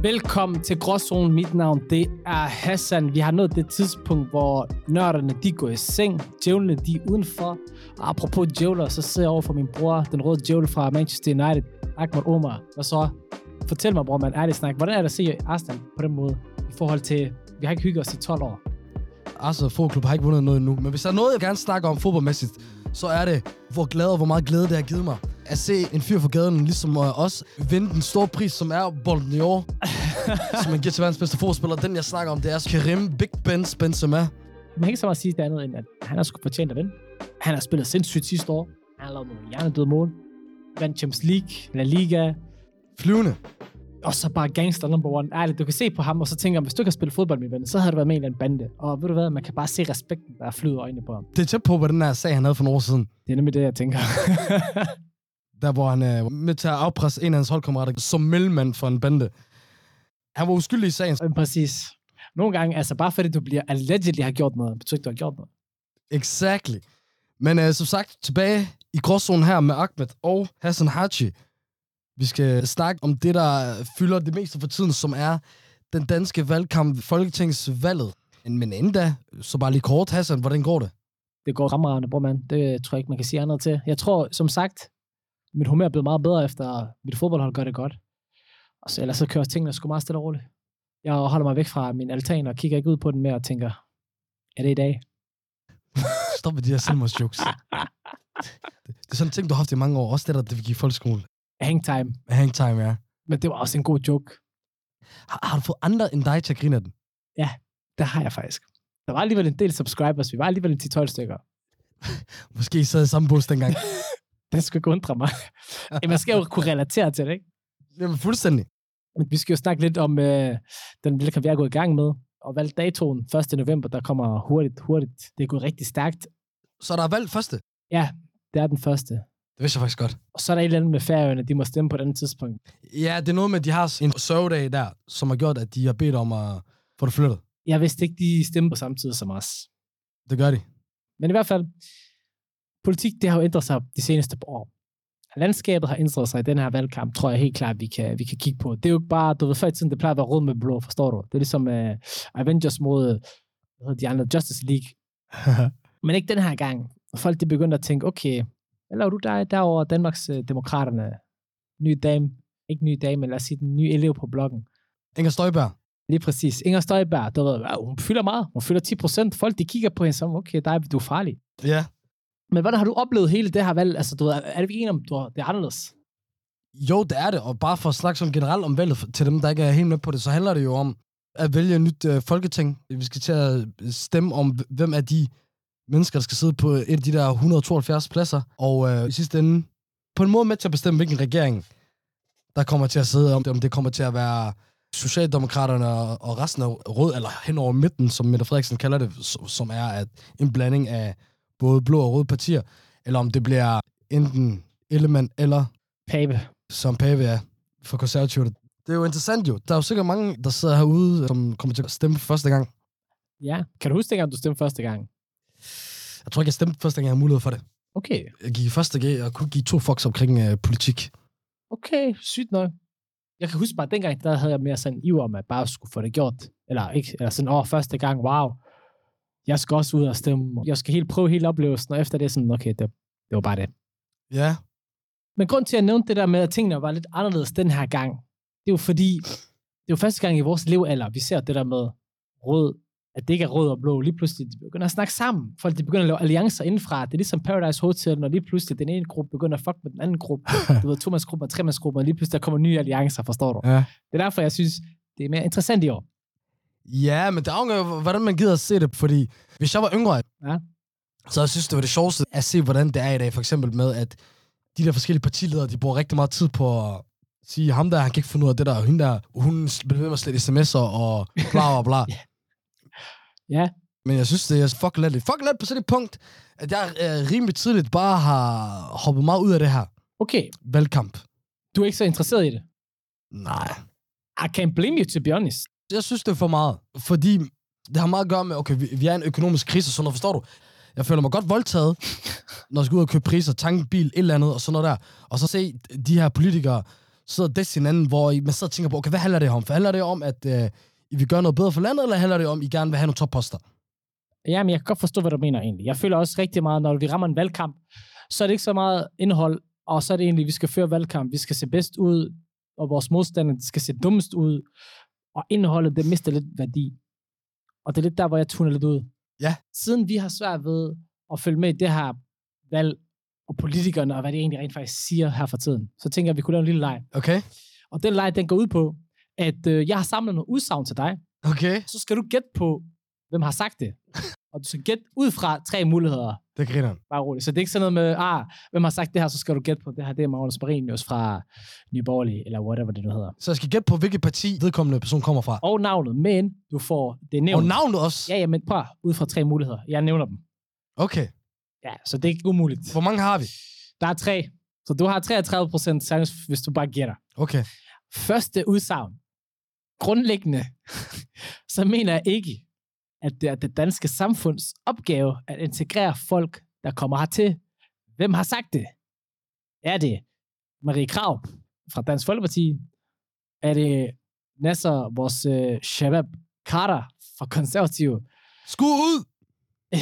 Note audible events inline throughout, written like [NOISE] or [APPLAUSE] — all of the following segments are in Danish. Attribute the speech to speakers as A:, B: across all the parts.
A: Velkommen til Gråzonen. Mit navn det er Hassan. Vi har nået det tidspunkt, hvor nørderne de går i seng, djævlene de er udenfor. Og apropos djævler, så sidder jeg over for min bror, den røde djævel fra Manchester United, Ahmad Omar. Hvad så? Fortæl mig, bror, man ærligt snak. Hvordan er det at se Arsenal på den måde i forhold til, vi har ikke hygget os i 12 år?
B: Arsenal Fodklub Altså, har ikke vundet noget endnu, men hvis der er noget, jeg gerne snakker om fodboldmæssigt, så er det, hvor glad og hvor meget glæde det har givet mig. At se en fyr fra gaden, ligesom øh, os, vinde den store pris, som er Bolden i år, som man giver til verdens bedste fodspiller. Den, jeg snakker om, det er Karim Big Ben Benzema.
A: Man kan ikke så meget sige det andet, end at han har sgu fortjent at vinde. Han har spillet sindssygt sidste år. Han har lavet nogle hjernedøde mål. Vandt Champions League, La Liga,
B: Flyvende.
A: og så bare gangster number one. Ærligt, du kan se på ham, og så tænker jeg, hvis du kan spille fodbold, min ven, så havde du været med i en eller anden bande. Og ved du hvad, man kan bare se respekten, der flyder øjnene på ham.
B: Det er tæt på, hvad den her sag, han havde for nogle år siden.
A: Det er nemlig det, jeg tænker. [LAUGHS]
B: Der, hvor han øh, var med til at afpresse en af hans holdkammerater som mellemmand for en bande. Han var uskyldig i sagen.
A: Præcis. Nogle gange, altså bare fordi du bliver allegedly har gjort noget, betyder ikke, du har gjort noget.
B: Exactly. Men øh, som sagt, tilbage i gråzonen her med Ahmed og Hassan Haji. Vi skal snakke om det, der fylder det meste for tiden, som er den danske valgkamp, Folketingsvalget. Men inden da, så bare lige kort, Hassan, hvordan går det?
A: Det går fremragende, bror mand. Det tror jeg ikke, man kan sige andet til. Jeg tror, som sagt, mit humør er blevet meget bedre, efter mit fodboldhold gør det godt. Og så, ellers så kører tingene sgu meget stille og roligt. Jeg holder mig væk fra min altan og kigger ikke ud på den mere og tænker, er det i dag?
B: Stop med de her selvmordsjokes. Det det er sådan en ting, du har haft i mange år. Også det der, da vi gik i folkeskole.
A: Hangtime.
B: Hangtime, ja.
A: Men det var også en god joke.
B: Har, har du fået andre end dig til at grine af den?
A: Det har jeg faktisk. Der var alligevel en del subscribers. Vi var alligevel en 10-12 stykker.
B: Måske I sad i samme bus dengang.
A: Det skulle ikke undre mig. Jamen, Man skal jo kunne relatere til det, ikke?
B: Jamen, fuldstændig.
A: Men vi skal jo snakke lidt om øh, den lille kamp, jeg er gået i gang med. Og valgt datoen 1. november, der kommer hurtigt, hurtigt. Det er gået rigtig stærkt.
B: Så der er valgt første.
A: Det er den første.
B: Det vidste jeg faktisk godt.
A: Og så er der et eller andet med færøerne, de må stemme på et andet tidspunkt.
B: Ja, det er noget med, at de har en sørgedag der, som har gjort, at de har bedt om at få det flyttet.
A: Jeg vidste ikke, de stemmer på samme tid som os.
B: Det gør de.
A: Men i hvert fald, politik det har jo ændret sig de seneste par år. Landskabet har ændret sig i den her valgkamp, tror jeg helt klart, vi kan, vi kan kigge på. Det er jo ikke bare, du ved, før i tiden, det plejer at være rød med blå, forstår du? Det er ligesom uh, Avengers mod hvad hedder de andre, Justice League. Men ikke den her gang. Folk de begyndte at tænke, okay, hvad laver du der derovre, Danmarks øh, Demokraterne? Ny dame, ikke ny dame, men lad os sige den nye elev på bloggen.
B: Inger Støjberg.
A: Lige præcis. Inger Støjberg, du ved, ja, hun fylder meget. Hun fylder 10 procent. Folk de kigger på hende som, okay, dig, du er farlig.
B: Ja.
A: Men hvordan har du oplevet hele det her valg? Altså, du ved, er det vi enige om, du har, det er anderledes?
B: Jo, det er det. Og bare for at snakke som generelt om valget, til dem, der ikke er helt med på det, så handler det jo om at vælge et nyt øh, folketing. Vi skal til at øh, stemme om, hvem af de mennesker, der skal sidde på et af de der 172 pladser. Og øh, i sidste ende, på en måde med til at bestemme, hvilken regering, der kommer til at sidde om det. Om det kommer til at være Socialdemokraterne og og resten af rød, eller hen over midten, som Mette Frederiksen kalder det, s- som er at en blanding af både blå og røde partier, eller om det bliver enten Ellemann eller
A: Pape.
B: som Pave er for konservative. Det er jo interessant jo. Der er jo sikkert mange, der sidder herude, som kommer til at stemme for første gang.
A: Ja. Kan du huske dengang, du stemte første gang?
B: Jeg tror ikke, jeg stemte første gang, jeg havde mulighed for det.
A: Okay.
B: Jeg gik i første G og kunne give to fucks omkring øh, politik.
A: Okay, sygt nok. Jeg kan huske bare, at dengang, der havde jeg mere sådan en iver om, at bare skulle få det gjort. Eller, ikke, eller sådan, åh, første gang, wow. Jeg skal også ud og stemme. Jeg skal helt prøve hele oplevelsen, og efter det er sådan, okay, det, det var bare det.
B: Ja.
A: Men grund til, at jeg nævnte det der med, at tingene var lidt anderledes den her gang, det er jo fordi, det er jo første gang i vores levealder, vi ser det der med rød, at det ikke er rød og blå. Lige pludselig de begynder at snakke sammen. Folk de begynder at lave alliancer indenfra. Det er ligesom Paradise Hotel, når lige pludselig den ene gruppe begynder at fuck med den anden gruppe. Du ved, tomandsgruppen og tremandsgruppen, og lige pludselig der kommer nye alliancer, forstår du?
B: Ja.
A: Det er derfor, jeg synes, det er mere interessant i år.
B: Ja, men det afhænger jo, hvordan man gider at se det, fordi hvis jeg var yngre,
A: Ja.
B: så jeg synes, det var det sjoveste at se, hvordan det er i dag, for eksempel med, at de der forskellige partiledere, de bruger rigtig meget tid på at sige, ham der, han kan ikke finde ud af det der, og hende der, hun bliver ved med at slette sms'er, og bla bla
A: [LAUGHS]
B: bla.
A: Ja.
B: Men jeg synes, det er fucking let. Fucking let på sådan et punkt, at jeg øh, rimelig tidligt bare har hoppet meget ud af det her
A: Okay,
B: valgkamp.
A: du er ikke så interesseret i det.
B: Nej.
A: I can't blame you, to be honest.
B: Jeg synes, det er for meget. Fordi det har meget at gøre med, okay, vi, vi er i en økonomisk krise og sådan noget, forstår du? Jeg føler mig godt voldtaget, når jeg skal ud og købe priser, tanke en bil, et eller andet og sådan noget der. Og så se de her politikere, sidder og dæster hinanden, hvor I, man sidder og tænker på, okay, hvad handler det om? For handler det om, at øh, I vil gøre noget bedre for landet, eller handler det om, at I gerne vil have nogle topposter?
A: Jamen, jeg kan godt forstå, hvad du mener egentlig. Jeg føler også rigtig meget, når vi rammer en valgkamp, så er det ikke så meget indhold, og så er det egentlig, vi skal føre valgkamp. Vi skal se bedst ud, og vores modstandere de skal se dummest ud, og indholdet, det mister lidt værdi. Og det er lidt der, hvor jeg tuner lidt ud.
B: Ja.
A: Siden vi har svært ved at følge med i det her valg, og politikerne, og hvad det egentlig rent faktisk siger her for tiden, så tænker jeg, at vi kunne lave en lille leg.
B: Okay?
A: Og den leg, den går ud på, at øh, jeg har samlet nogle udsagn til dig,
B: Okay?
A: så skal du gætte på, hvem har sagt det. Og du skal gætte ud fra tre muligheder.
B: Det griner han.
A: Bare roligt. Så det er ikke sådan noget med, ah, hvem har sagt det her, så skal du gætte på det her. Det er Magnus Barenius fra Nye Borgerlige, eller whatever det nu hedder.
B: Så jeg skal gætte på, hvilket parti vedkommende person kommer fra.
A: Og navnet, men du får det nævnt.
B: Og navnet også?
A: Ja, ja, men prøv at- ud fra tre muligheder. Jeg nævner dem.
B: Okay.
A: Ja, så det er ikke umuligt.
B: Hvor mange har vi?
A: Der er tre. Så du har 33 procent chance, hvis du bare gætter.
B: Okay.
A: Første udsagn. Grundlæggende, [LAUGHS] så mener jeg ikke, at det er det danske samfunds opgave at integrere folk, der kommer hertil. Hvem har sagt det? Er det Marie Krav fra Dansk Folkeparti? Er det Nasser, vores øh, Shabab Carter fra Konservative?
B: Skud ud!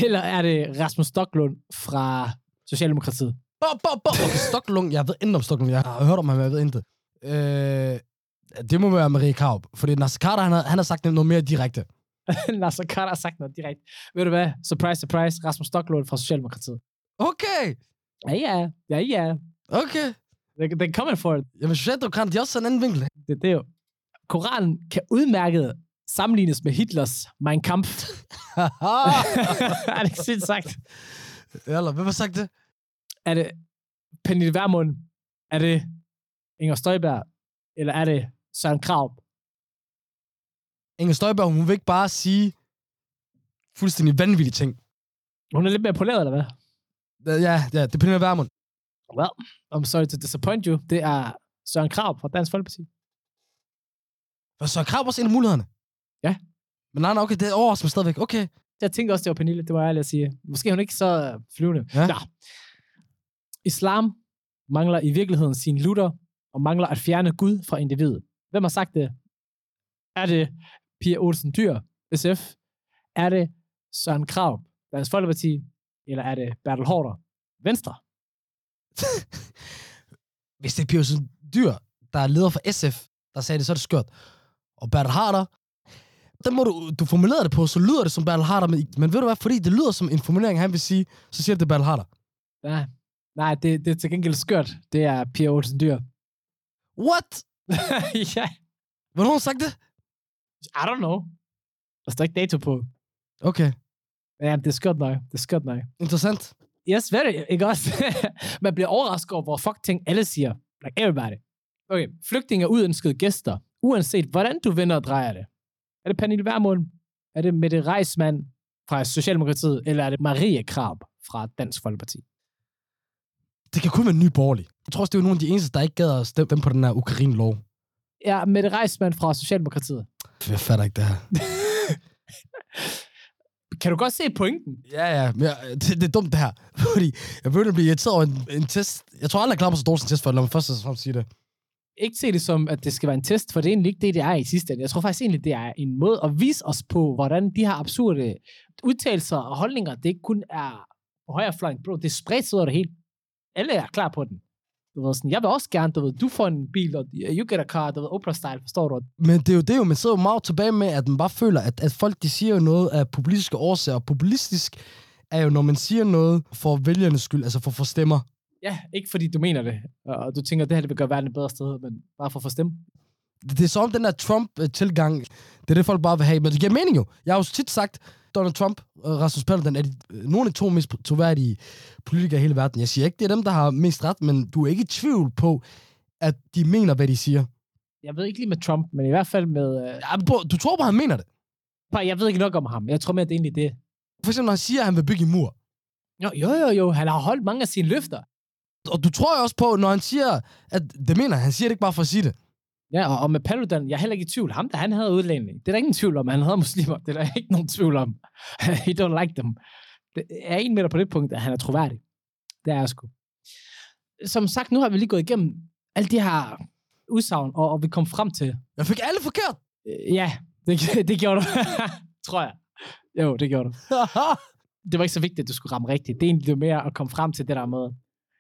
A: Eller er det Rasmus Stocklund fra Socialdemokratiet? [LAUGHS]
B: Bo, bo, bo. Okay, Stoklund. Jeg ved intet om Stoklund. Jeg har hørt om ham, men jeg ved intet. Øh, det må være Marie Kaup. Fordi Nasser Carter, han har, han har sagt noget mere direkte.
A: Nasser Carter har sagt noget direkte. Ved du hvad? Surprise, surprise. Rasmus Stocklund fra Socialdemokratiet.
B: Okay,
A: Ja, ja. Ja, ja.
B: okay.
A: They- They're coming for it.
B: Jamen, Socialdemokraterne, de har også sådan en anden [LAUGHS] vinkel.
A: Det, det er jo. Koranen kan udmærket sammenlignes med Hitlers Mein Kampf. [LAUGHS]
B: Haha.
A: er det ikke sindssygt sagt?
B: Eller, hvem har sagt det?
A: Er det Pernille Vermund? Er det Inger Støjberg? Eller er det Søren Krav?
B: Inger Støjberg, hun vil ikke bare sige fuldstændig vanvittige ting.
A: Hun er lidt mere poleret, eller hvad?
B: Ja, ja, det er Pernille Vermund.
A: Well, I'm sorry to disappoint you. Det er Søren Krav fra Dansk Folkeparti.
B: Var Søren Krab også en af mulighederne?
A: Ja.
B: Men nej, nej, okay, det overrasker mig stadigvæk. Okay.
A: Jeg tænkte også, det var Pernille, det var ærligt at sige. Måske er hun ikke så øh, flyvende.
B: Ja.
A: Nå. Islam mangler i virkeligheden sin lutter, og mangler at fjerne Gud fra individet. Hvem har sagt det? Er det Pia Olsen Dyr, SF? Er det Søren Krav, Dansk Folkeparti? Eller er det Bertel Hårder, Venstre?
B: Hvis det er Pia Dyr, der er leder for SF, der sagde det, så er det skørt. Og Bertel Harder, den må du, du formulerede det på, så lyder det som Bertel Harder, men, men ved du hvad, fordi det lyder som en formulering, han vil sige, så siger det, det er Bertel Harder.
A: Nej, nej det, det er til gengæld skørt. Det er Pia Olsen Dyr.
B: What?
A: ja,
B: Hvornår har hun sagt det?
A: I don't know. Der står ikke dato på.
B: Okay,
A: Ja, det er skørt nok. Det er skørt nok.
B: interessant.
A: Yes, very, ikke også? [LAUGHS] Man bliver overrasket over, hvor fuck ting alle siger. Like everybody. Okay, flygtninge er uønskede gæster, uanset hvordan du vender og drejer det. Er det Pernille Vermund? Er det Mette Reismann fra Socialdemokratiet? Eller er det Marie Krab fra Dansk Folkeparti?
B: Det kan kun være en ny borgerlig. Jeg tror også, det er nogle af de eneste, der ikke gad at stemme dem på den her Ukraine-lov.
A: Ja, Mette Reismann fra Socialdemokratiet.
B: Jeg fatter ikke det her.
A: Kan du godt se pointen?
B: Ja, ja, men jeg, det, det, er dumt det her. [LAUGHS] Fordi jeg begynder at blive irriteret over en, en test. Jeg tror aldrig, jeg klarer mig så dårligt til en test, for lad mig først og fremmest sige det.
A: Ikke se det som, at det skal være en test, for det er egentlig ikke det, det er i sidste ende. Jeg tror faktisk egentlig, det er en måde at vise os på, hvordan de her absurde udtalelser og holdninger, det ikke kun er på højrefløjen, bro, det er spredt sig over det hele. Alle er klar på den. Du ved, sådan, jeg vil også gerne, du ved, du får en bil, og you get a car, du ved, Oprah-style, forstår du?
B: Men det er jo det jo, man sidder jo meget tilbage med, at man bare føler, at, at folk de siger jo noget af populistiske årsager. Og populistisk er jo, når man siger noget for vælgernes skyld, altså for at få stemmer.
A: Ja, ikke fordi du mener det, og du tænker, det her det vil gøre verden et bedre sted, men bare for at få stemme.
B: Det, det er som om den der Trump-tilgang, det er det, folk bare vil have. Men det giver mening jo. Jeg har jo tit sagt, Donald Trump og Rasmus Paludan er de, øh, nogle af de to mest troværdige politikere i hele verden. Jeg siger ikke, det er dem, der har mest ret, men du er ikke i tvivl på, at de mener, hvad de siger.
A: Jeg ved ikke lige med Trump, men i hvert fald med... Øh,
B: Ja, men bro, du tror på, han mener det.
A: bare- jeg ved ikke nok om ham. Jeg tror mere, det er egentlig det.
B: For eksempel, når han siger, at han vil bygge en mur.
A: Jo, jo, jo, jo. Han har holdt mange af sine løfter.
B: Og du tror jo også på, når han siger, at det mener han. Han siger det ikke bare for at sige det.
A: Ja, og, og med Paludan, jeg er heller ikke i tvivl. Ham, der han havde udlænding, det er der ingen tvivl om. Han havde muslimer, det er der ikke nogen tvivl om. [LAUGHS] He don't like them. Det jeg er en med dig på det punkt, at han er troværdig. Det er jeg sgu. Som sagt, nu har vi lige gået igennem alle de her udsagn, og, og vi kom frem til,
B: Jeg fik alle forkert.
A: øh, ja, det, [LAUGHS] det gjorde du. Tror jeg. Jo, det gjorde du. det var ikke så vigtigt, at du skulle ramme rigtigt. Det er egentlig det mere at komme frem til det der med,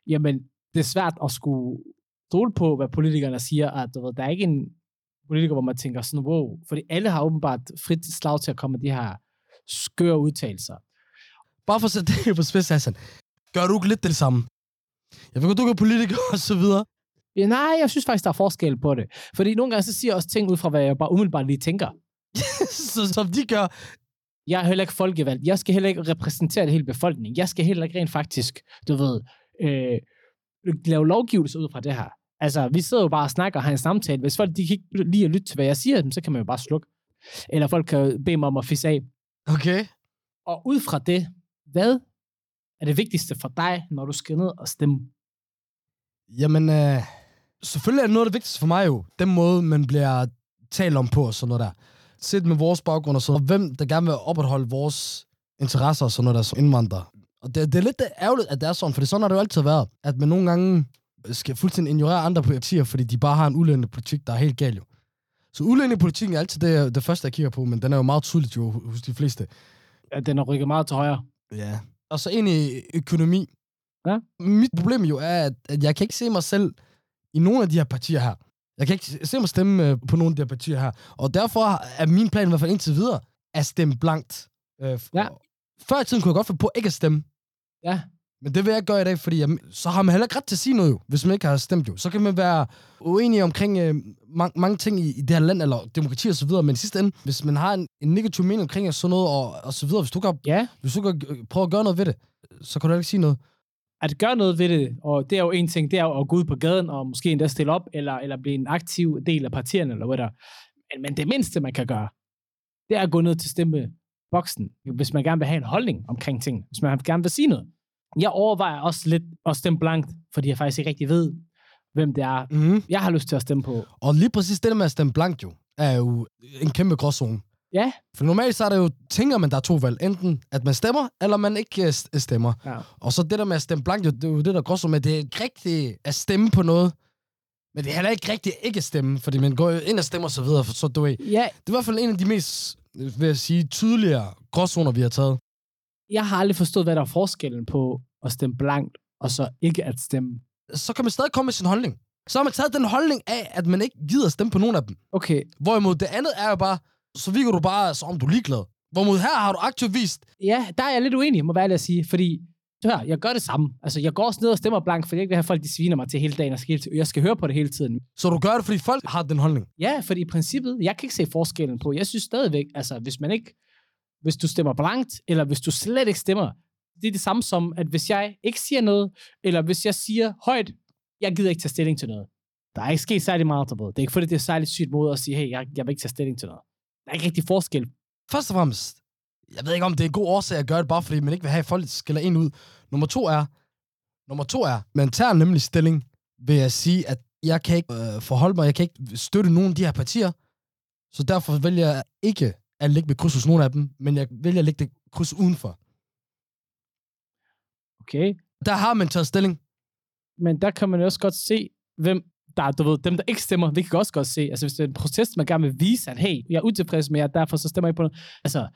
A: jamen, det er svært at skulle stole på, hvad politikerne siger, at du ved, der er ikke en politiker, hvor man tænker sådan, wow, fordi alle har åbenbart frit slag til at komme med de her skøre udtalelser.
B: Bare for at sætte det på spids, Hassan. Gør du ikke lidt det samme? Jeg ved godt, du ikke er politiker og så videre. [LAUGHS]
A: Ja, nej, jeg synes faktisk, der er forskel på det. Fordi nogle gange så siger jeg også ting ud fra, hvad jeg bare umiddelbart lige tænker.
B: så, som de gør.
A: Jeg er heller ikke folkevalgt. Jeg skal heller ikke repræsentere det hele befolkningen. Jeg skal heller ikke rent faktisk, du ved, øh, lave lovgivelse ud fra det her. Altså, vi sidder jo bare og snakker og har en samtale. Hvis folk de kan ikke lige at lytte til, hvad jeg siger, dem, så kan man jo bare slukke. Eller folk kan jo bede mig om at fisse af.
B: Okay.
A: Og ud fra det, hvad er det vigtigste for dig, når du skal ned og stemme?
B: Jamen, øh, selvfølgelig er noget af det vigtigste for mig jo, den måde, man bliver talt om på og sådan noget der. Set med vores baggrund og sådan og hvem der gerne vil opretholde vores interesser og sådan noget der som indvandrere. Og det, det er lidt det ærgerligt, at det er sådan, for sådan har det jo altid været, at man nogle gange skal fuldstændig ignorere andre partier, fordi de bare har en udlændingepolitik, der er helt gal jo. Så udlændingepolitikken er altid det, det første, jeg kigger på, men den er jo meget tydeligt jo hos de fleste.
A: At den har rykket meget til højre.
B: Ja. Og så ind i økonomi.
A: Ja.
B: Mit problem jo er, at, at jeg kan ikke se mig selv i nogen af de her partier her. Jeg kan ikke se mig stemme øh, på nogen af de her partier her. Og derfor er min plan i hvert fald indtil videre at stemme blankt. Øh, f-
A: Ja.
B: Før i tiden kunne jeg godt få på ikke at stemme.
A: Ja.
B: Men det vil jeg ikke gøre i dag, fordi jeg, så har man heller ikke ret til at sige noget jo, hvis man ikke har stemt jo. Så kan man være uenig omkring øh, mang, mange ting i, i det her land, eller demokrati og så videre. Men i sidste ende, hvis man har en, en negativ mening omkring sådan noget og, og så videre, hvis du ikke har
A: Ja,
B: hvis du kan øh, prøve at gøre noget ved det, så kan du heller ikke sige noget.
A: at gøre noget ved det, og det er jo en ting, det er jo at gå ud på gaden og måske endda stille op, eller, eller blive en aktiv del af partierne, eller hvad der. Men, men det mindste, man kan gøre, det er at gå ned til stemmeboksen, hvis man gerne vil have en holdning omkring ting, hvis man gerne vil sige noget. Jeg overvejer også lidt at stemme blankt, fordi jeg faktisk ikke rigtig ved, hvem det er,
B: Mm-hmm.
A: jeg har lyst til at stemme på.
B: Og lige præcis det der med at stemme blankt jo, er jo en kæmpe gråzone.
A: Ja.
B: For normalt så er det jo, tænker man, der er to valg. Enten at man stemmer, eller man ikke øh, st- stemmer.
A: Ja.
B: Og så det der med at stemme blankt, jo, det er jo det der er gråzone med, det er ikke rigtigt at stemme på noget. Men det er heller ikke rigtigt ikke at stemme, fordi man går jo ind og stemmer og så videre, for så du ved.
A: Ja,
B: Det er i hvert fald en af de mest, øh, vil jeg sige, tydeligere gråzoner, vi har taget.
A: jeg har aldrig forstået, hvad der er forskellen på at stemme blankt, og så ikke at stemme.
B: Så kan man stadig komme med sin holdning. Så har man taget den holdning af, at man ikke gider at stemme på nogen af dem.
A: Okay,
B: Hvorimod det andet er jo bare, så virker du bare, som om du er ligeglad. Hvorimod her har du aktivt vist,
A: Ja, der er jeg lidt uenig, må være ærlig at sige, fordi hør, jeg gør det samme. Altså, jeg går også ned og stemmer blank, fordi jeg ikke vil have folk, de sviner mig til hele dagen, og skal, hele- jeg skal høre på det hele tiden.
B: så du gør det, fordi folk har den holdning.
A: Ja, fordi i princippet, jeg kan ikke se forskellen på. Jeg synes stadigvæk, altså, hvis man ikke, hvis du stemmer blankt, eller hvis du slet ikke stemmer, det er det samme som, at hvis jeg ikke siger noget, eller hvis jeg siger højt, jeg gider ikke tage stilling til noget. Der er ikke sket særlig meget derude. Det er ikke fordi, det er særlig sygt mod at sige, hey, jeg, jeg vil ikke tage stilling til noget. Der er ikke rigtig forskel.
B: Først og fremmest, jeg ved ikke om det er en god årsag at gøre det, bare fordi man ikke vil have, at folk skiller en ud. Nummer to er, nummer to er, man tager nemlig stilling ved at sige, at jeg kan ikke øh, forholde mig, jeg kan ikke støtte nogen af de her partier, så derfor vælger jeg ikke at ligge med kryds hos nogen af dem, men jeg vælger at ligge det kryds udenfor.
A: Okay?
B: Der har man taget stilling.
A: men der kan man jo også godt se, hvem der, er- du ved, dem, der ikke stemmer, det kan vi også godt se. Altså, hvis det er en protest, man gerne vil vise, at hey, jeg er utilfreds med jer, derfor så stemmer jeg ikke på noget. Altså,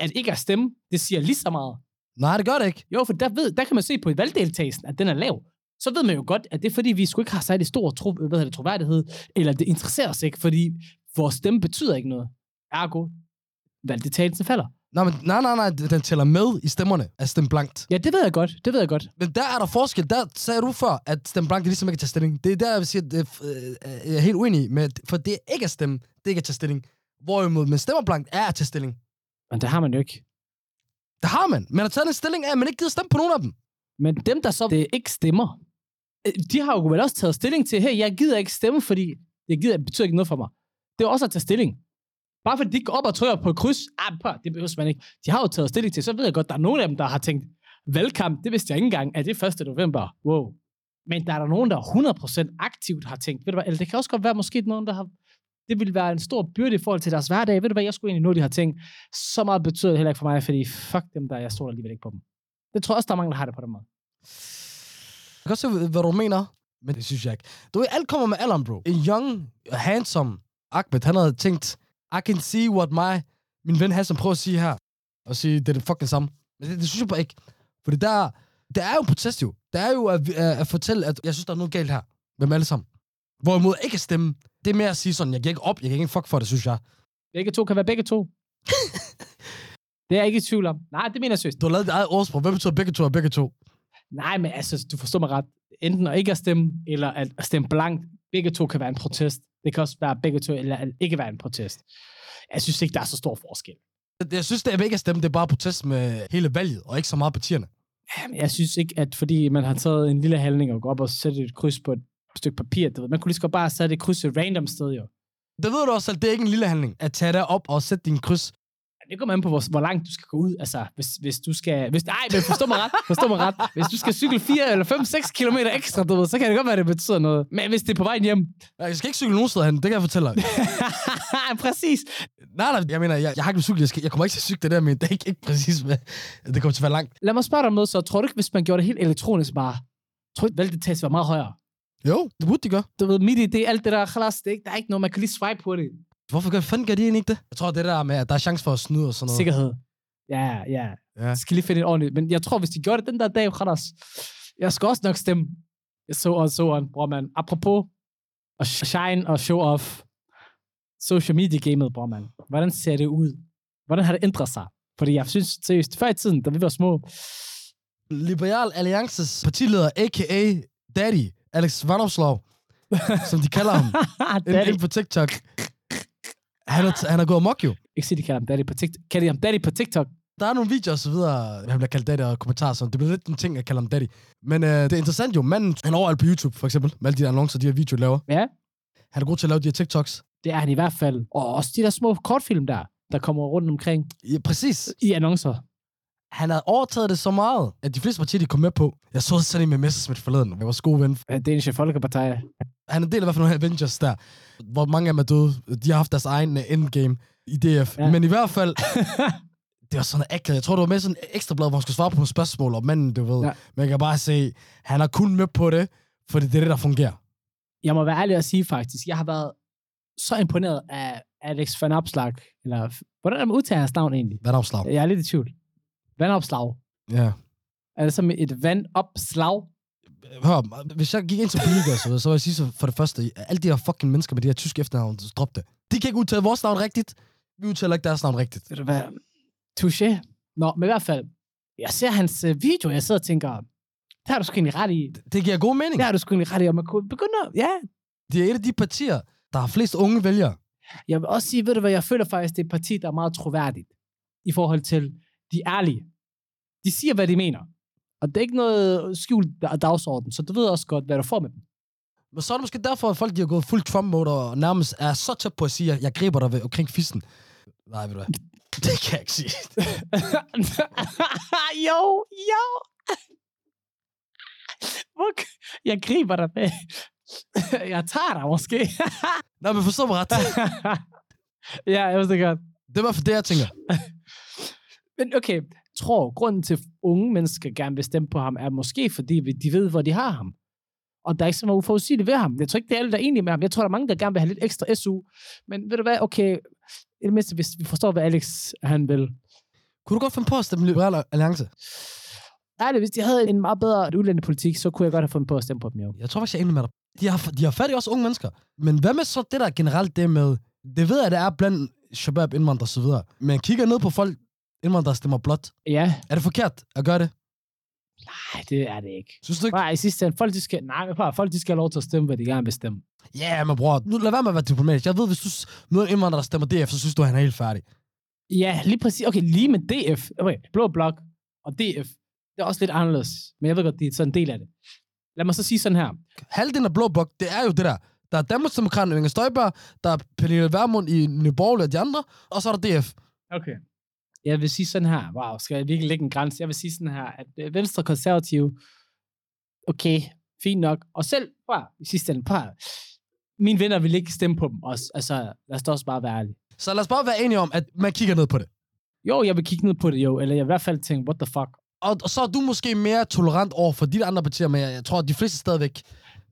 A: at ikke at stemme, det siger lige så meget.
B: Nej, det gør det ikke.
A: Jo, for der, ved, der kan man se på valgdeltagelsen, at den er lav. Så ved man jo godt, at det er fordi, vi sgu ikke har særlig stor tro, hvad hedder det, troværdighed, eller det interesserer os ikke, fordi vores stemme betyder ikke noget. Ergo, valgdeltagelsen falder.
B: Nej, men, nej, nej, nej, den tæller med i stemmerne at stemme blankt.
A: Ja, det ved jeg godt, det ved jeg godt.
B: Men der er der forskel. Der sagde du før, at stemme blankt, det er ligesom ikke at tage stilling. Det er der, jeg vil sige, at det er, øh, jeg er helt uenig i. Med, for det er ikke at stemme, det er ikke at tage stilling. Hvorimod man stemmer blankt er at tage stilling.
A: Men det har man jo ikke.
B: Det har man. Man har taget en stilling af, at man ikke gider stemme på nogen af dem.
A: Men dem, der så det ikke stemmer, øh, de har jo vel også taget stilling til, hey, jeg gider ikke stemme, fordi det gider, betyder ikke noget for mig. Det er også at tage stilling. Bare fordi de går op og trykker på et kryds, ah, prøv, det behøver man ikke. De har jo taget stilling til, så ved jeg godt, der er nogen af dem, der har tænkt, valgkamp, det vidste jeg ikke engang, at det er 1. november. Wow. Men der er der nogen, der 100% aktivt har tænkt, ved du hvad, eller det kan også godt være måske nogen, der har, det ville være en stor byrde i forhold til deres hverdag. Ved du hvad, jeg skulle egentlig nå, de har tænkt, så meget betyder det heller ikke for mig, fordi fuck dem der, jeg stoler alligevel ikke på dem. Det tror jeg også, der er mange, der har det på den måde.
B: Jeg kan godt se, hvad du mener. Men det synes jeg ikke. Du ved, alt kommer med alderen, bro. En young, handsome Ahmed, han havde tænkt, I can see what my... Min ven Hassan prøver at sige her. Og sige, det er det fucking samme. Men det, det synes jeg bare ikke. Fordi der, der er jo protest jo. Der er jo at, vi- at, at fortælle, at jeg synes, der er noget galt her. Med dem alle sammen. Hvorimod ikke at stemme, det er mere at sige sådan, jeg gik ikke op, jeg gik ikke fuck for det, synes jeg.
A: Begge to kan være begge to. det er jeg ikke i tvivl om. Nej, det mener jeg seriøst.
B: Du har lavet dit eget ordsprog. Hvad betyder begge to og begge to?
A: Nej, men altså, du forstår mig ret. Enten at ikke at stemme, eller at at stemme blankt. Begge to kan være en protest. Det kan også være begge to, eller at ikke være en protest. Jeg synes ikke, der er så stor forskel.
B: Jeg synes, det er ikke at stemme, det er bare protest med hele valget, og ikke så meget partierne.
A: Jamen, Jeg synes ikke, at fordi man har taget en lille handling og går op og sætter et kryds på et stykke papir, du ved. man kunne lige så godt bare have sat et kryds et random sted, jo.
B: Det ved du også selv, det er ikke en lille handling. At tage dig op og sætte din kryds.
A: Det kommer an på, hvor, hvor langt du skal gå ud. Altså, hvis, hvis du skal... Hvis, ej, men forstå mig ret. Forstå mig ret. Hvis du skal cykle 4 eller 5-6 km ekstra, du ved, så kan det godt være, at det betyder noget. Men hvis det er på vejen hjem... [LAUGHS]
B: Jeg skal ikke cykle nogen steder hen, det kan jeg fortælle dig.
A: Præcis.
B: nej, nej, jeg mener, jeg, jeg har ikke en cykel, jeg, skal, jeg kommer ikke til at cykle det der, men det er ikke, ikke præcis, hvad, det kommer til at være langt.
A: Lad mig spørge dig om noget, så tror du ikke, hvis man gjorde det helt elektronisk bare, tror du ikke, valgdeltagelsen var meget højere?
B: Jo, det burde de gøre.
A: Du ved, midt i det, alt det der, khalas, det er ikke, der er ikke noget, man kan lige swipe på det.
B: Hvorfor gør, fanden gør de egentlig ikke det? Jeg tror, det der med, at der er chance for at snyde og sådan noget.
A: Sikkerhed. Ja, ja.
B: Ja.
A: Jeg skal lige finde et ordentligt. Men jeg tror, hvis de gjorde det den der dag, khalas, jeg skal også nok stemme. So on, so on, bror man. Apropos at shine og show off social media gamet, bror man. Hvordan ser det ud? Hvordan har det ændret sig? Fordi jeg synes seriøst, før i tiden, da vi var [LAUGHS] små,
B: Liberal Alliances partileder, a.k.a. Daddy, Alex Vanopslov, som de kalder ham,
A: Ah, daddy,
B: Daddy. på TikTok. Han er, han er gået amok jo.
A: ikke sige, de kalder ham daddy på TikTok. Kalder de ham daddy på TikTok?
B: Der er nogle videoer og så videre, han bliver kaldt daddy og kommentarer og sådan. Det bliver lidt en ting at kalde ham daddy. Men øh, det er interessant jo, manden, han er overalt på YouTube for eksempel, med alle de der annoncer, de her videoer laver.
A: Ja.
B: Han er god til at lave de her TikToks.
A: Det er han i hvert fald. Og også de der små kortfilm der, der kommer rundt omkring
B: Ja, præcis.
A: i annoncer.
B: Han havde overtaget det så meget, at de fleste partier, de kom med på. Jeg så sådan en med Messerschmidt forleden, med vores gode ven.
A: Øh, Danish Folkeparti.
B: Han er en del af hvert fald nogle Avengers der, hvor mange af dem er døde. De har haft deres egen øh, endgame i DF.
A: Ja.
B: Ja. Men i hvert
A: [LAUGHS]
B: fald, det var sådan akavet. Jeg tror, det var med i sådan et ekstra blad, hvor han skulle svare på nogle spørgsmål om manden, du ved.
A: Ja.
B: Ja. Men jeg kan bare se, han er kun med på det, fordi det er det, der fungerer.
A: Jeg må være ærlig og sige faktisk, jeg har været så imponeret af Alex Van Opslag. Eller, hvordan er man udtager hans navn egentlig?
B: Vandopslag.
A: Jeg er lidt i tvivl. Van Opslag.
B: Ja.
A: Er det som et vandopslag?
B: Hør, hvis jeg gik ind til politiker, så, så vil jeg sige så for det første, alle de her fucking mennesker med de her tyske efternavn, så drop det. De kan ikke udtale vores navn rigtigt. Vi udtaler ikke deres navn rigtigt.
A: Ved du hvad? Touché. Nå, men i hvert fald, jeg ser hans øh, video, og jeg sidder og tænker, det har du sgu egentlig ret i.
B: Det giver god mening.
A: Det
B: Ja.
A: har du sgu egentlig ret i, og man kunne begynde at, ja,
B: Det er et af de partier, der har flest unge vælgere.
A: Jeg vil også sige, ved du hvad, jeg føler faktisk, det er et parti, der er meget troværdigt i forhold til de ærlige. De siger, hvad de mener. Og det er ikke noget skjult da- dagsorden, så du ved også godt, hvad du får med dem.
B: Men så er det måske derfor, at folk de har gået fuld Trump-mode og nærmest er så tæt på at sige, at jeg griber dig ved, omkring fissen. Nej, ved du hvad? [LAUGHS] Det kan jeg ikke sige.
A: [LAUGHS] jo, jo. Hvor k- Jeg griber dig med. Jeg tager dig måske.
B: Nej, men forstå mig ret.
A: ja, jeg ved det godt.
B: Det er i hvert fald det, jeg tænker.
A: Men okay, tror grunden til, at unge mennesker gerne vil stemme på ham, er måske fordi vi- de ved, hvor de har ham. Og der er ikke så meget uforudsigeligt ved ham. Jeg tror ikke, det er alle, der er enige med ham. Jeg tror, der er mange, der gerne vil have lidt ekstra SU. Men ved du hvad, okay, i det mindste, hvis vi forstår, hvad Alex han vil.
B: Kunne du godt finde på at stemme Liberal Alliance?
A: Ærligt, hvis de havde en meget bedre udlændepolitik, så kunne jeg godt have fundet på at stemme på dem, jo.
B: Jeg tror faktisk, jeg er enig med dig. De har, de har fat i også unge mennesker. Men hvad med så det der generelt det med... Det ved jeg, det er blandt shabab, indvandrere osv. Men kigger ned på folk, indvandrere stemmer blot.
A: Ja,
B: Er det forkert at gøre det?
A: nej, det er det ikke.
B: Synes du ikke?
A: Nej, i sidste ende, folk de skal, nej, men prøv, at- folk de skal have lov til at stemme, hvad de gerne vil stemme.
B: Ja, yeah, men bror, nu lad være med at være diplomatisk. Jeg ved, hvis du s- møder en indvandrer, der stemmer DF, så synes du, at han er helt færdig.
A: Ja, lige præcis. Okay, lige med DF. Okay, Blå Blok og DF. Det er også lidt anderledes. Men jeg ved godt, det er sådan en del af det. Lad mig så sige sådan her.
B: Halvdelen af Blå Blok, det er jo det der. Der er Danmarksdemokraterne, Inger Støjberg, der er Pernille Vermund i Nye Borgerlige og de andre, og så er der DF.
A: Okay. Jeg vil sige sådan her. Wow, skal jeg virkelig lægge en grænse? Jeg vil sige sådan her, at øh, Venstre Konservative, okay, fint nok. Og selv, bare, i sidste ende, bare, mine venner vil ikke stemme på dem også. Altså, lad os da også bare være ærlige.
B: Så lad os bare være enige om, at man kigger ned på det.
A: Jo, jeg vil kigge ned på det, jo. Eller jeg vil i hvert fald tænke, what the fuck?
B: Og, og så er du måske mere tolerant over for de andre partier, men jeg, jeg tror, at de fleste stadigvæk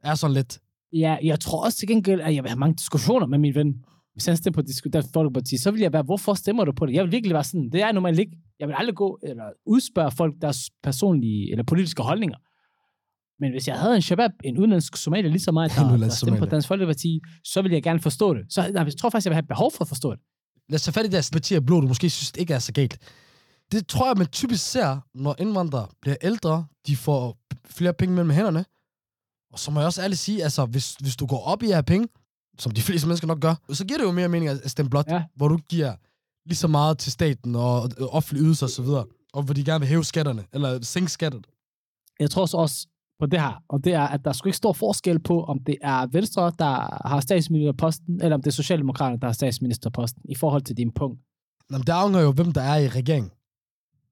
B: er sådan lidt.
A: Ja, jeg tror også til gengæld, at jeg vil have mange diskussioner med min ven. Hvis han stemmer på disku- Dansk Folkeparti, så vil jeg være, hvorfor stemmer du på det? Jeg vil virkelig være sådan, det er normalt ikke. Jeg vil aldrig gå eller udspørge folk deres personlige eller politiske holdninger. Men hvis jeg havde en shabab, en udenlandsk somalier, lige så
B: [LAUGHS]
A: meget,
B: En
A: der, der
B: udenlandsk
A: stemmer på
B: somalier.
A: Dansk Folkeparti, så vil jeg gerne forstå det. Så nej, jeg tror faktisk, jeg vil have behov for at forstå det.
B: Lad os tage fat i deres partier blå, du måske synes ikke er så galt. Det tror jeg, man typisk ser, når indvandrere bliver ældre. De får flere penge mellem hænderne. Og så må jeg også ærligt sige, altså, hvis, hvis du går op i her penge, som de fleste mennesker nok gør, så giver det jo mere mening at stemme blot,
A: Ja.
B: hvor du giver lige så meget til staten og øh, offentlige ydelser osv., og hvor de gerne vil hæve skatterne, eller sænke skatterne.
A: jeg tror så også på det her, og det er, at der er sgu ikke stor forskel på, om det er Venstre, der har statsministerposten, eller om det er Socialdemokraterne, der har statsministerposten, i forhold til din punkt.
B: Jamen, det afhænger jo, hvem der er i regeringen.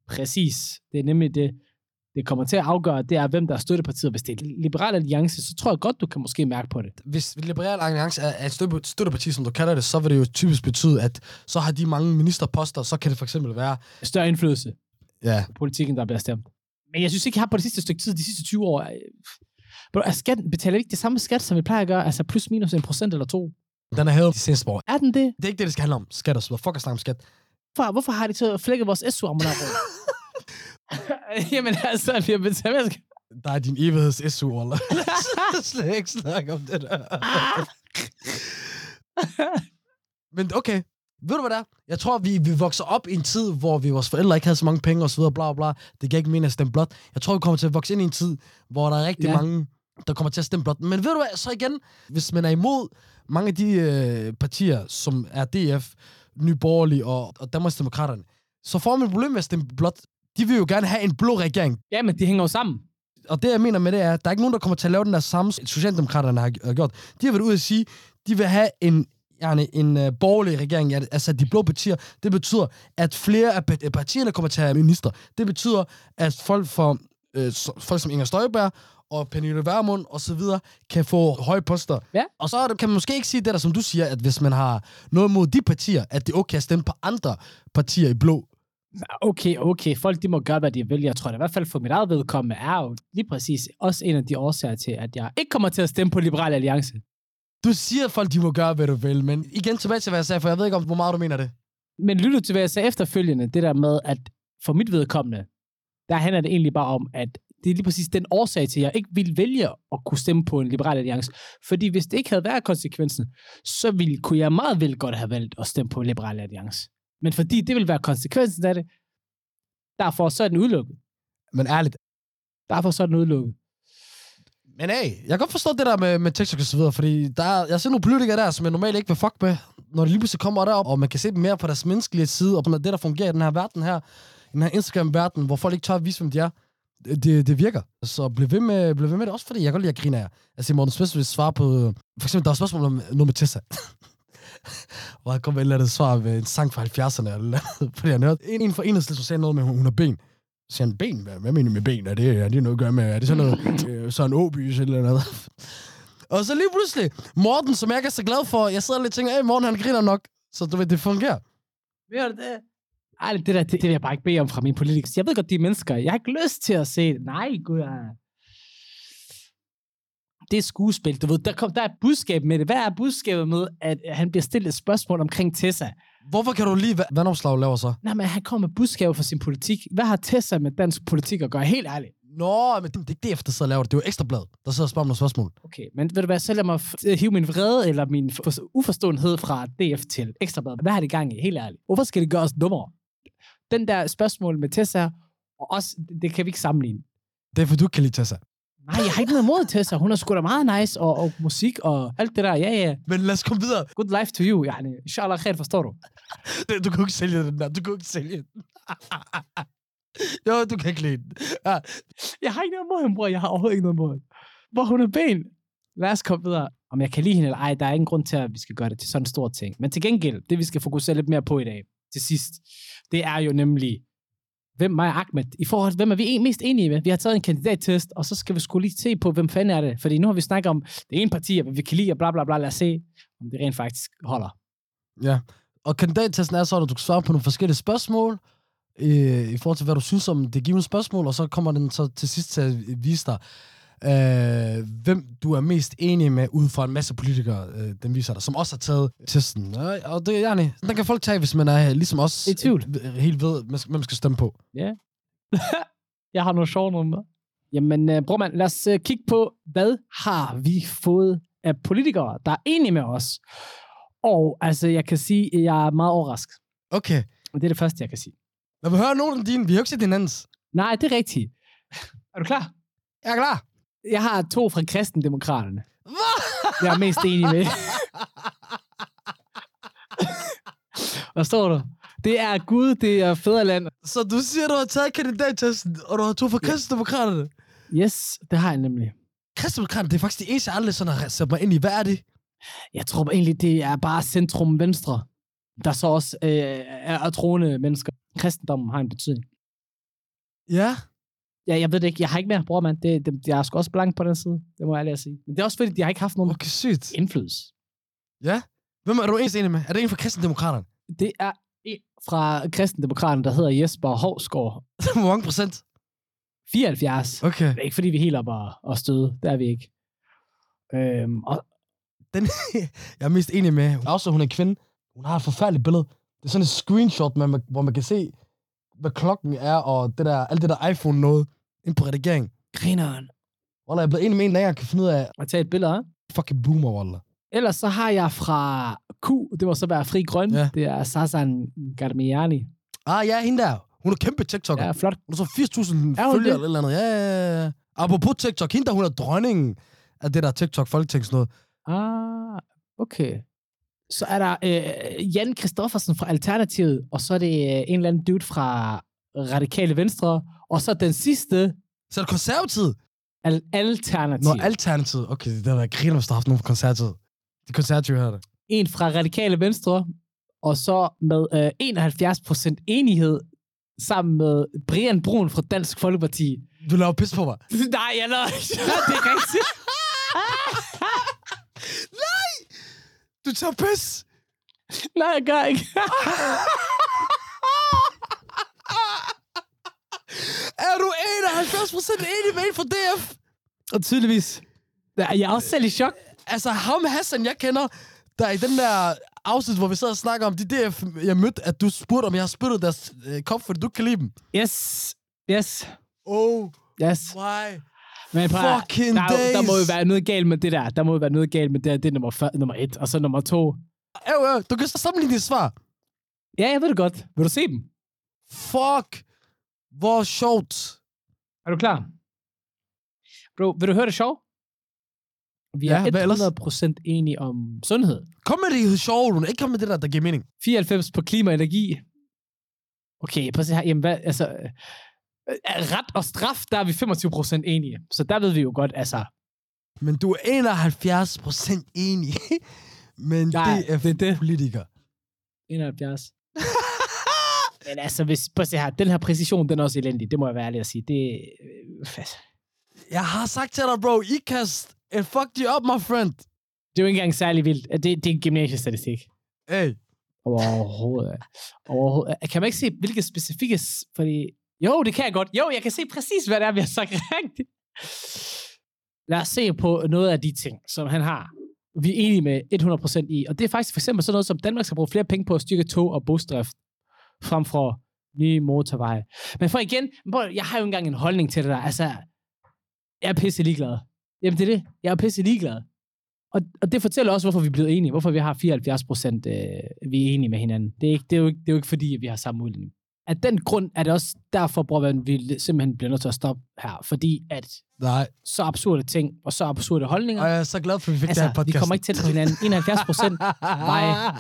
A: Præcis. Det er nemlig det, det kommer til at afgøre, det er, hvem der er støttepartiet. Hvis det er Liberal Alliance, så tror jeg godt, du kan måske mærke på det.
B: hvis Liberal Alliance er, er et støtte- støtteparti, som du kalder det, så vil det jo typisk betyde, at så har de mange ministerposter, så kan det for eksempel være...
A: Større indflydelse
B: Ja.
A: på politikken, der bliver stemt. Men jeg synes ikke, her på det sidste stykke tid, de sidste 20 år, øh, bro, er skatten, betaler vi ikke det samme skat, som vi plejer at gøre, altså plus minus en procent eller to?
B: Den er hævet de seneste år.
A: Er den det?
B: Det er ikke det, det skal handle om. Skat og så videre. Fuck at snakke om skat.
A: Far, hvorfor har de så flækket vores SU-abonnement? [LAUGHS] Jamen altså, vi har betalt mere skat.
B: Der er din evigheds SU, eller? slet ikke snakke om det der. Men okay, ved du hvad det er? Jeg tror, vi, vi vokser op i en tid, hvor vi, vores forældre ikke havde så mange penge og så videre, bla bla. Det giver ikke mening at stemme blot. Jeg tror, vi kommer til at vokse ind i en tid, hvor der er rigtig
A: Ja.
B: ja. mange, der kommer til at stemme blot. Men ved du hvad, så igen, hvis man er imod mange af de øh, partier, som er DF, Nye Borgerlige og, og Danmarksdemokraterne, så får man et problem med at stemme blot. De vil jo gerne have en blå regering.
A: Jamen, de hænger jo sammen.
B: Og det, jeg mener med det, er, at der er ikke nogen, der kommer til at lave den der samme, Socialdemokraterne har har gjort. De har været ude at sige, de vil have en, gerne en uh, borgerlig regering, ja, altså de blå partier. Det betyder, at flere af pa- partierne kommer til at have minister. Det betyder, at folk, for, øh, så- folk som Inger Støjberg og Pernille Vermund og så videre, kan få høje poster.
A: Ja.
B: Og så er det, kan man måske ikke sige det der, som du siger, at hvis man har noget mod de partier, at det er okay at stemme på andre partier i blå.
A: Okay, okay, folk de må gøre, hvad de vil. Jeg tror det i hvert fald for mit eget vedkommende er jo lige præcis også en af de årsager til, at jeg ikke kommer til at stemme på Liberal Alliance.
B: Du siger, at folk de må gøre, hvad du vil, men igen tilbage til, hvad jeg sagde, for jeg ved ikke, om, hvor meget du mener det.
A: Men lytter til, hvad jeg sagde efterfølgende, det der med, at for mit vedkommende, der handler det egentlig bare om, at det er lige præcis den årsag til, at jeg ikke ville vælge at kunne stemme på en liberal alliance. Fordi hvis det ikke havde været konsekvensen, så ville, kunne jeg meget vel godt have valgt at stemme på en liberal alliance. Men fordi det ville være konsekvensen af det, derfor så er den udelukket.
B: Men ærligt.
A: Derfor så er den udelukket.
B: Men hey, jeg kan godt forstå det der med, med TikTok og så videre, fordi der er, jeg ser nogle politikere der, som jeg normalt ikke vil fuck med, når de lige pludselig kommer derop, og man kan se dem mere fra deres menneskelige side, og når det, der fungerer i den her verden her, i den her Instagram-verden, hvor folk ikke tør at vise, hvem de er, det, det virker. Så bliv ved, med, bliv ved med det også, fordi jeg kan godt lide at grine af jer. Altså, Morten Spids vil svare på... For eksempel, der var spørgsmål om nummer Tessa. [LAUGHS] hvor han kom med et eller andet svar med en sang fra 70'erne, eller fordi han hørte en, en fra Enhedslisten, som sagde noget med, at hun har ben. Så siger han, ben? Hvad, hvad mener du med ben? Er det, er det noget at gøre med, er det sådan noget, øh, sådan åbys eller noget? Og så lige pludselig, Morten, som jeg ikke er så glad for, jeg sidder lidt og tænker, hey, Morten, han griner nok. Så du ved, det fungerer.
A: Ved du det? Ej, det der, det, det vil jeg bare ikke bede om fra min politiker. Jeg ved godt, de er mennesker. Jeg har ikke lyst til at se det. Nej, gud. ej. Det er skuespil, du ved. Der, kom, der er et budskab med det. Hvad er budskabet med, at han bliver stillet et spørgsmål omkring Tessa?
B: Hvorfor kan du lige, hvad vandopslag laver så?
A: Nej, men han kommer med budskaber for sin politik. Hvad har Tessa med dansk politik at gøre? Helt ærligt.
B: Nå, men det, det er ikke DF, der sidder og laver det. Det er jo Ekstrabladet, der sidder og spørger om nogle spørgsmål.
A: Okay, men ved du hvad, så lad mig f- hive min vrede eller min for- uforståenhed fra DF til Ekstrabladet. Hvad har det gang i, helt ærligt? Hvorfor skal det gøres dummere? Den der spørgsmål med Tessa, og også, det kan vi ikke sammenligne.
B: Det er for, du kan lide Tessa.
A: Nej, jeg har ikke noget imod Tessa. Hun er sgu da meget nice, og, og musik og alt det der. Ja, ja.
B: Men lad os komme videre.
A: Good life to you, yani. Inshallah khair, forstår du?
B: Det- Du kan jo ikke sælge den der. Du kan jo ikke sælge den. [LAUGHS] jo, du kan ikke lide den. Ja.
A: Jeg har ikke noget imod hende, bror. Jeg har overhovedet ikke noget imod hende. Hvor hun er ben. Lad os komme videre. Om jeg kan lide hende eller ej, der er ingen grund til, at vi skal gøre det til sådan en stor ting. Men til gengæld, det vi skal fokusere lidt mere på i dag, til sidst, det er jo nemlig, hvem mig og Ahmed, i forhold til, hvem er vi en- mest enige med? Vi har taget en kandidattest, og så skal vi skulle lige se på, hvem fanden er det? Fordi nu har vi snakket om det ene parti, og hvad vi kan lide, og bla bla bla. Lad os se, om det rent faktisk holder.
B: Og kandidattesten er sådan, at du kan svare på nogle forskellige spørgsmål, øh, i forhold til, hvad du synes om det givende spørgsmål, og så kommer den så til sidst til at vise dig, øh, hvem du er mest enig med ud fra en masse politikere, øh, den viser dig, som også har taget testen. Øh, og det er yani, den kan folk tage, hvis man er øh, ligesom os.
A: I tvivl.
B: Øh, helt ved, hvem man skal stemme på.
A: Jeg har nogle sjove numre. Jamen, øh, bror mand, lad os øh, kigge på, hvad har vi fået af politikere, der er enige med os? Og altså, jeg kan sige, at jeg er meget overrasket.
B: Okay.
A: Det er det første, jeg kan sige.
B: Lad mig høre nogen af dine. Vi har jo ikke set hinandens.
A: Nej, det er rigtigt. Er du klar?
B: Jeg er klar.
A: Jeg har to fra kristendemokraterne.
B: Hvad?
A: Jeg er mest enig med. Hvad står der? Det er Gud, det er fædreland.
B: Så du siger, du har taget kandidattesten, og du har to fra kristendemokraterne.
A: Yes, det har jeg nemlig.
B: Kristendemokraterne, det er faktisk det eneste, jeg aldrig sådan har sat mig ind i. Hvad er det?
A: Jeg tror egentlig, det er bare centrum venstre, der så også øh, er, er troende mennesker. Kristendommen har en betydning.
B: Ja.
A: Ja, jeg ved det ikke. Jeg har ikke mere, bror mand. Det, det, jeg er sgu også blank på den side. Det må jeg ærligt sige. Men det er også fordi, de har ikke haft nogen
B: Okay, sygt.
A: indflydelse.
B: Hvem er du eneste enig med? Er det en fra kristendemokraterne? [LAUGHS]
A: Det er en fra kristendemokraten, der hedder Jesper Hovsgaard.
B: Hvor mange procent?
A: 74.
B: Okay.
A: Det er ikke, fordi vi helt op og, og støde. Det er vi ikke. Øhm, og,
B: Jeg er mest enig med. Også, at hun er kvinde. Hun har et forfærdeligt billede. Det er sådan et screenshot, man, hvor man kan se, hvad klokken er, og det der, alt det der iPhone noget ind på redigering.
A: Grineren.
B: Wallah, jeg er blevet enig med en, der ikke engang kan finde ud af
A: Og tage et billede, hva'?
B: fucking boomer, Wallah.
A: Ellers så har jeg fra Q, det må så være Fri Grøn.
B: Ja.
A: Ja. Det er Sasan Garmiani.
B: Ah, ja, hende der. Hun er kæmpe TikToker.
A: Ja, flot.
B: Hun har så 80.000
A: Er hun
B: følgere
A: det?
B: eller et eller andet. Ja, ja, ja. Apropos TikTok, hende der, hun er dronningen af det der tiktok folketing sådan noget.
A: Ah, okay. Så er der øh, Jan Kristoffersen fra Alternativet, og så er det øh, en eller anden dude fra Radikale Venstre, og så den sidste,
B: Så er det konservativ?
A: Al-
B: Nå,
A: Alternativet.
B: alternativet. Okay, det der var griner, hvis der har haft nogen fra konservativ. De konservative her det.
A: en fra Radikale Venstre, og så med øh, 71% enighed sammen med Brian Brun fra Dansk Folkeparti.
B: Du laver pis på mig.
A: [LAUGHS] Nej, jeg [LAUGHS] lader ikke. Det er rigtigt.
B: Du tager pis!
A: Nej, jeg gør ikke.
B: Er du 71% enig med en fra DF?
A: [LAUGHS] og tydeligvis. Ja, Jeg er også selv i chok.
B: Altså, ham Hassan, jeg kender, der i den der afsnit, hvor vi sad og snakker om de DF, jeg mødte, at du spurgte, om jeg har spyttet deres øh, kop, fordi du ikke kan lide dem.
A: Yes. Yes.
B: Oh
A: Yes.
B: my
A: Men prøv, at-
B: fucking
A: der, er jo-
B: days!
A: der, må jo være noget galt med det der. Der må jo være noget galt med det der. Det er nummer, før, nummer et, og så nummer to.
B: Øv, øv, du kan så sammenligne dit svar.
A: Ja, jeg ved det godt. Vil du se dem?
B: Fuck, hvor sjovt.
A: Er du klar? Bro, vil du høre det sjov? Vi
B: Ja, hvad ellers?
A: er 100% enige om sundhed.
B: Kom med det sjove, Rune. Ikke kom med det der, der giver mening.
A: 94 på klima og energi. Okay, prøv at se her. Jamen, hvad, altså, øh, øh, ret og straf, der er vi 25% enige. Så der ved vi jo godt, altså,
B: Men du er 71 enig. [LAUGHS] Men
A: Ja,
B: DF det er det. politiker.
A: 71. Men altså, hvis, prøv at se her. Den her præcision, den er også elendig. Det må jeg være ærlig at sige. Det, øh, altså,
B: Jeg har sagt til dig, bro, I kast and fuck you up, my friend.
A: det er jo ikke engang særlig vildt. Det, det er en gymnasiestatistik.
B: Hey,
A: Overhovedet. ikke. Overhovedet. ikke. Kan man ikke se, hvilke specifikke... s- Fordi... Jo, det kan jeg godt. Jo, jeg kan se præcis, hvad det er, vi har sagt [LAUGHS] rigtigt. Lad os se på noget af de ting, som han har. Vi er enige med 100% i. Og det er faktisk for eksempel sådan noget, som Danmark skal bruge flere penge på at styrke tog- og busdrift, frem for nye motorveje. Men for igen, men prøv at- jeg har jo ikke engang en holdning til det der. Altså, jeg er pisse ligeglad. Jamen, det er det. Jeg er pisse ligeglad. Og, og det fortæller også, hvorfor vi er blevet enige. Hvorfor vi har 74 procent, øh, vi er enige med hinanden. Det er, ikke, det, er jo ikke, det er jo ikke fordi, at vi har samme udligning. Af den grund er det også derfor, bror, at vi simpelthen bliver nødt til at stoppe her. Fordi at
B: nej.
A: så absurde ting og så absurde holdninger.
B: Og jeg er så glad for, at vi fik det her
A: altså, vi
B: podcast.
A: kommer ikke tæt på hinanden. 71
B: [LAUGHS]
A: procent. Nej.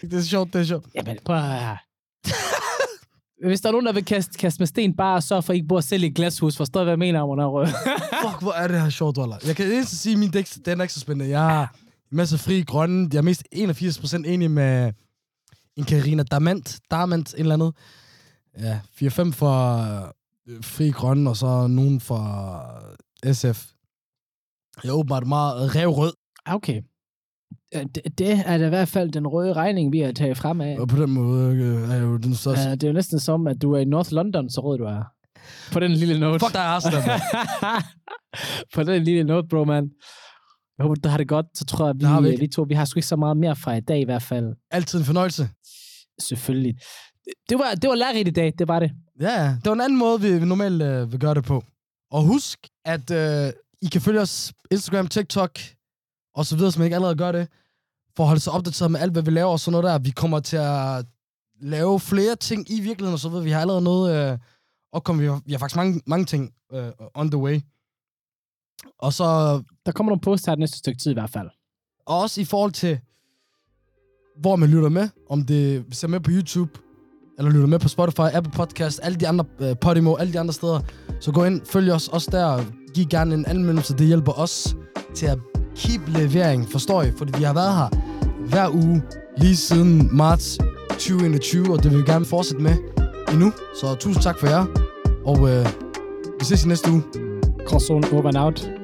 B: det er sjovt, det er sjovt.
A: Jamen, prøv at høre her. Hvis der er nogen, der vil kaste, kaste med sten, bare så for I ikke bor selv i et glashus. Forstår I, hvad jeg mener om under rød?
B: Fuck, hvor er det her sjovt, Waller. Jeg kan eneste sige, at min dæk, den er ikke så spændende. Jeg har en masse fri grønne. Jeg er mest 81% enig med en Karina Damant, Damant, en eller andet. Ja, 4-5 fra øh, fri grønne, og så nogen fra SF. Jeg er åbenbart meget revrød,
A: Okay. Øh, Det, det er da i hvert fald den røde regning, vi har taget frem af.
B: og på den måde øh, er jeg jo den største.
A: Uh, det er jo næsten som, at du er i North London, så rød du er. På den lille note.
B: Fuck dig, Arsenal. mand.
A: [LAUGHS] på den lille note, bro, man. Jeg håber, du har det godt. Så tror jeg, vi,
B: Det har vi
A: vi,
B: ikke.
A: vi to vi har sgu ikke så meget mere fra i dag i hvert fald.
B: [LAUGHS] Altid en fornøjelse.
A: Selvfølgelig. Det var, det var lærerigt i dag, det var det.
B: Ja, ja. Det var en anden måde, vi vi normalt øh, vil gøre det på. Og husk, at øh, I kan følge os Instagram, TikTok og så videre, som I ikke allerede gør det, for at holde sig opdateret med alt, hvad vi laver og sådan noget der. Vi kommer til at lave flere ting i virkeligheden og så videre. Vi har allerede noget øh, opkommet. Vi har, vi har faktisk mange, mange ting øh, on the way. Og så
A: Der kommer nogle posts her det næste stykke tid i hvert fald.
B: og også i forhold til, hvor man lytter med. Om det ser med på YouTube, eller lytter med på Spotify, Apple Podcast, alle de andre, uh, Podimo, alle de andre steder. Så gå ind, følg os også der. Giv gerne en anmeldelse, det hjælper os til at keep levering, forstår I? Fordi vi har været her hver uge, lige siden marts 2021, og det vil vi gerne fortsætte med endnu. Så tusind tak for jer, og uh, øh, vi ses i næste uge.
A: Crosszone over and out.